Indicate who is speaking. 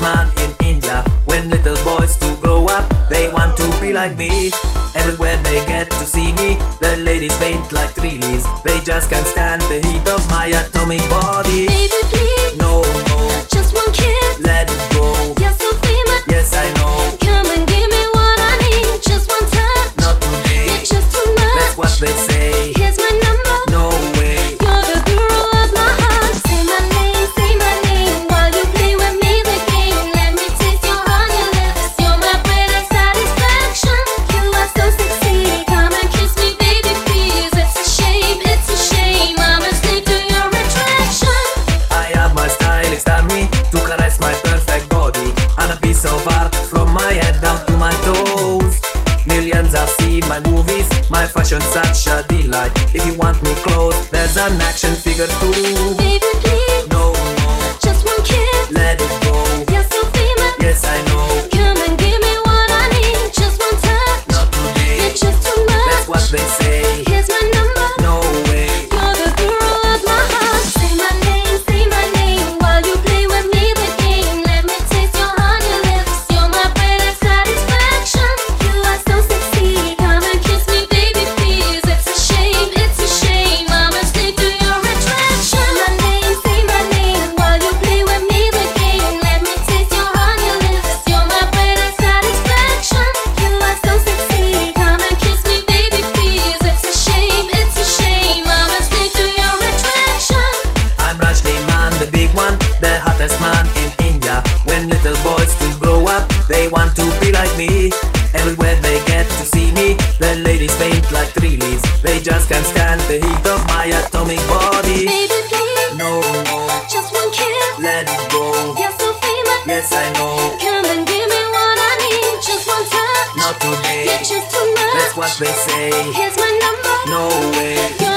Speaker 1: man in India. When little boys to grow up, they want to be like me. Everywhere they get to see me, the ladies faint like three leaves. They just can't stand the heat of my atomic body.
Speaker 2: Baby, please,
Speaker 1: No, no,
Speaker 2: just one kiss.
Speaker 1: let it go.
Speaker 2: You're so famous.
Speaker 1: Yes, I know,
Speaker 2: Come and give me what I need. Just one touch.
Speaker 1: not today.
Speaker 2: It's just too
Speaker 1: That's what
Speaker 2: much.
Speaker 1: they say.
Speaker 2: Here's my number.
Speaker 1: No way.
Speaker 2: You're the hero of my heart. Say my name, say my name. While you play with me the game, let me taste you on your lips. You're my greatest satisfaction. You are so sexy. Come and kiss me, baby, please. It's a shame, it's a shame. I'm asleep to your attraction.
Speaker 1: I have my stylist at me to caress my perfect body and a piece of art from my head down to my toes. Millions have seen my movies, my fashion such a delight. If you want me close, there's an action figure too.
Speaker 2: Baby, please,
Speaker 1: No, no,
Speaker 2: just one kiss.
Speaker 1: let it go.
Speaker 2: You're so famous.
Speaker 1: Yes, I know,
Speaker 2: Come and give me what I need. Just one touch.
Speaker 1: not today.
Speaker 2: It's just too
Speaker 1: That's what
Speaker 2: much.
Speaker 1: they say.
Speaker 2: Here's my number.
Speaker 1: No way.
Speaker 2: You're the hero of my heart. Say my name, say my name. While you play with me the game, let me taste your honey lips. You're my greatest satisfaction. You are so sexy. Come and kiss me, baby, please. It's a shame, it's a shame. I'm asleep to your attraction. My name, say my name. While you play with me the game, let me taste your honey lips. You're my greatest satisfaction. You are so sexy. Come and kiss me, baby, please. It's a shame, it's a shame. I'm asleep to your attraction.
Speaker 1: I'm Rajni Man, the big one, the hottest man in India. When little boys to grow up, they want to be like me. Everywhere they get to see me, the ladies faint like three leaves. They just can't stand the heat of my atomic body.
Speaker 2: Baby, please,
Speaker 1: No more,
Speaker 2: just one kiss.
Speaker 1: let it go.
Speaker 2: You're so famous.
Speaker 1: Yes, I know,
Speaker 2: Come and give me what I need. Just one touch.
Speaker 1: not today.
Speaker 2: You're just too much.
Speaker 1: That's what they say.
Speaker 2: Here's my number.
Speaker 1: No way.
Speaker 2: You're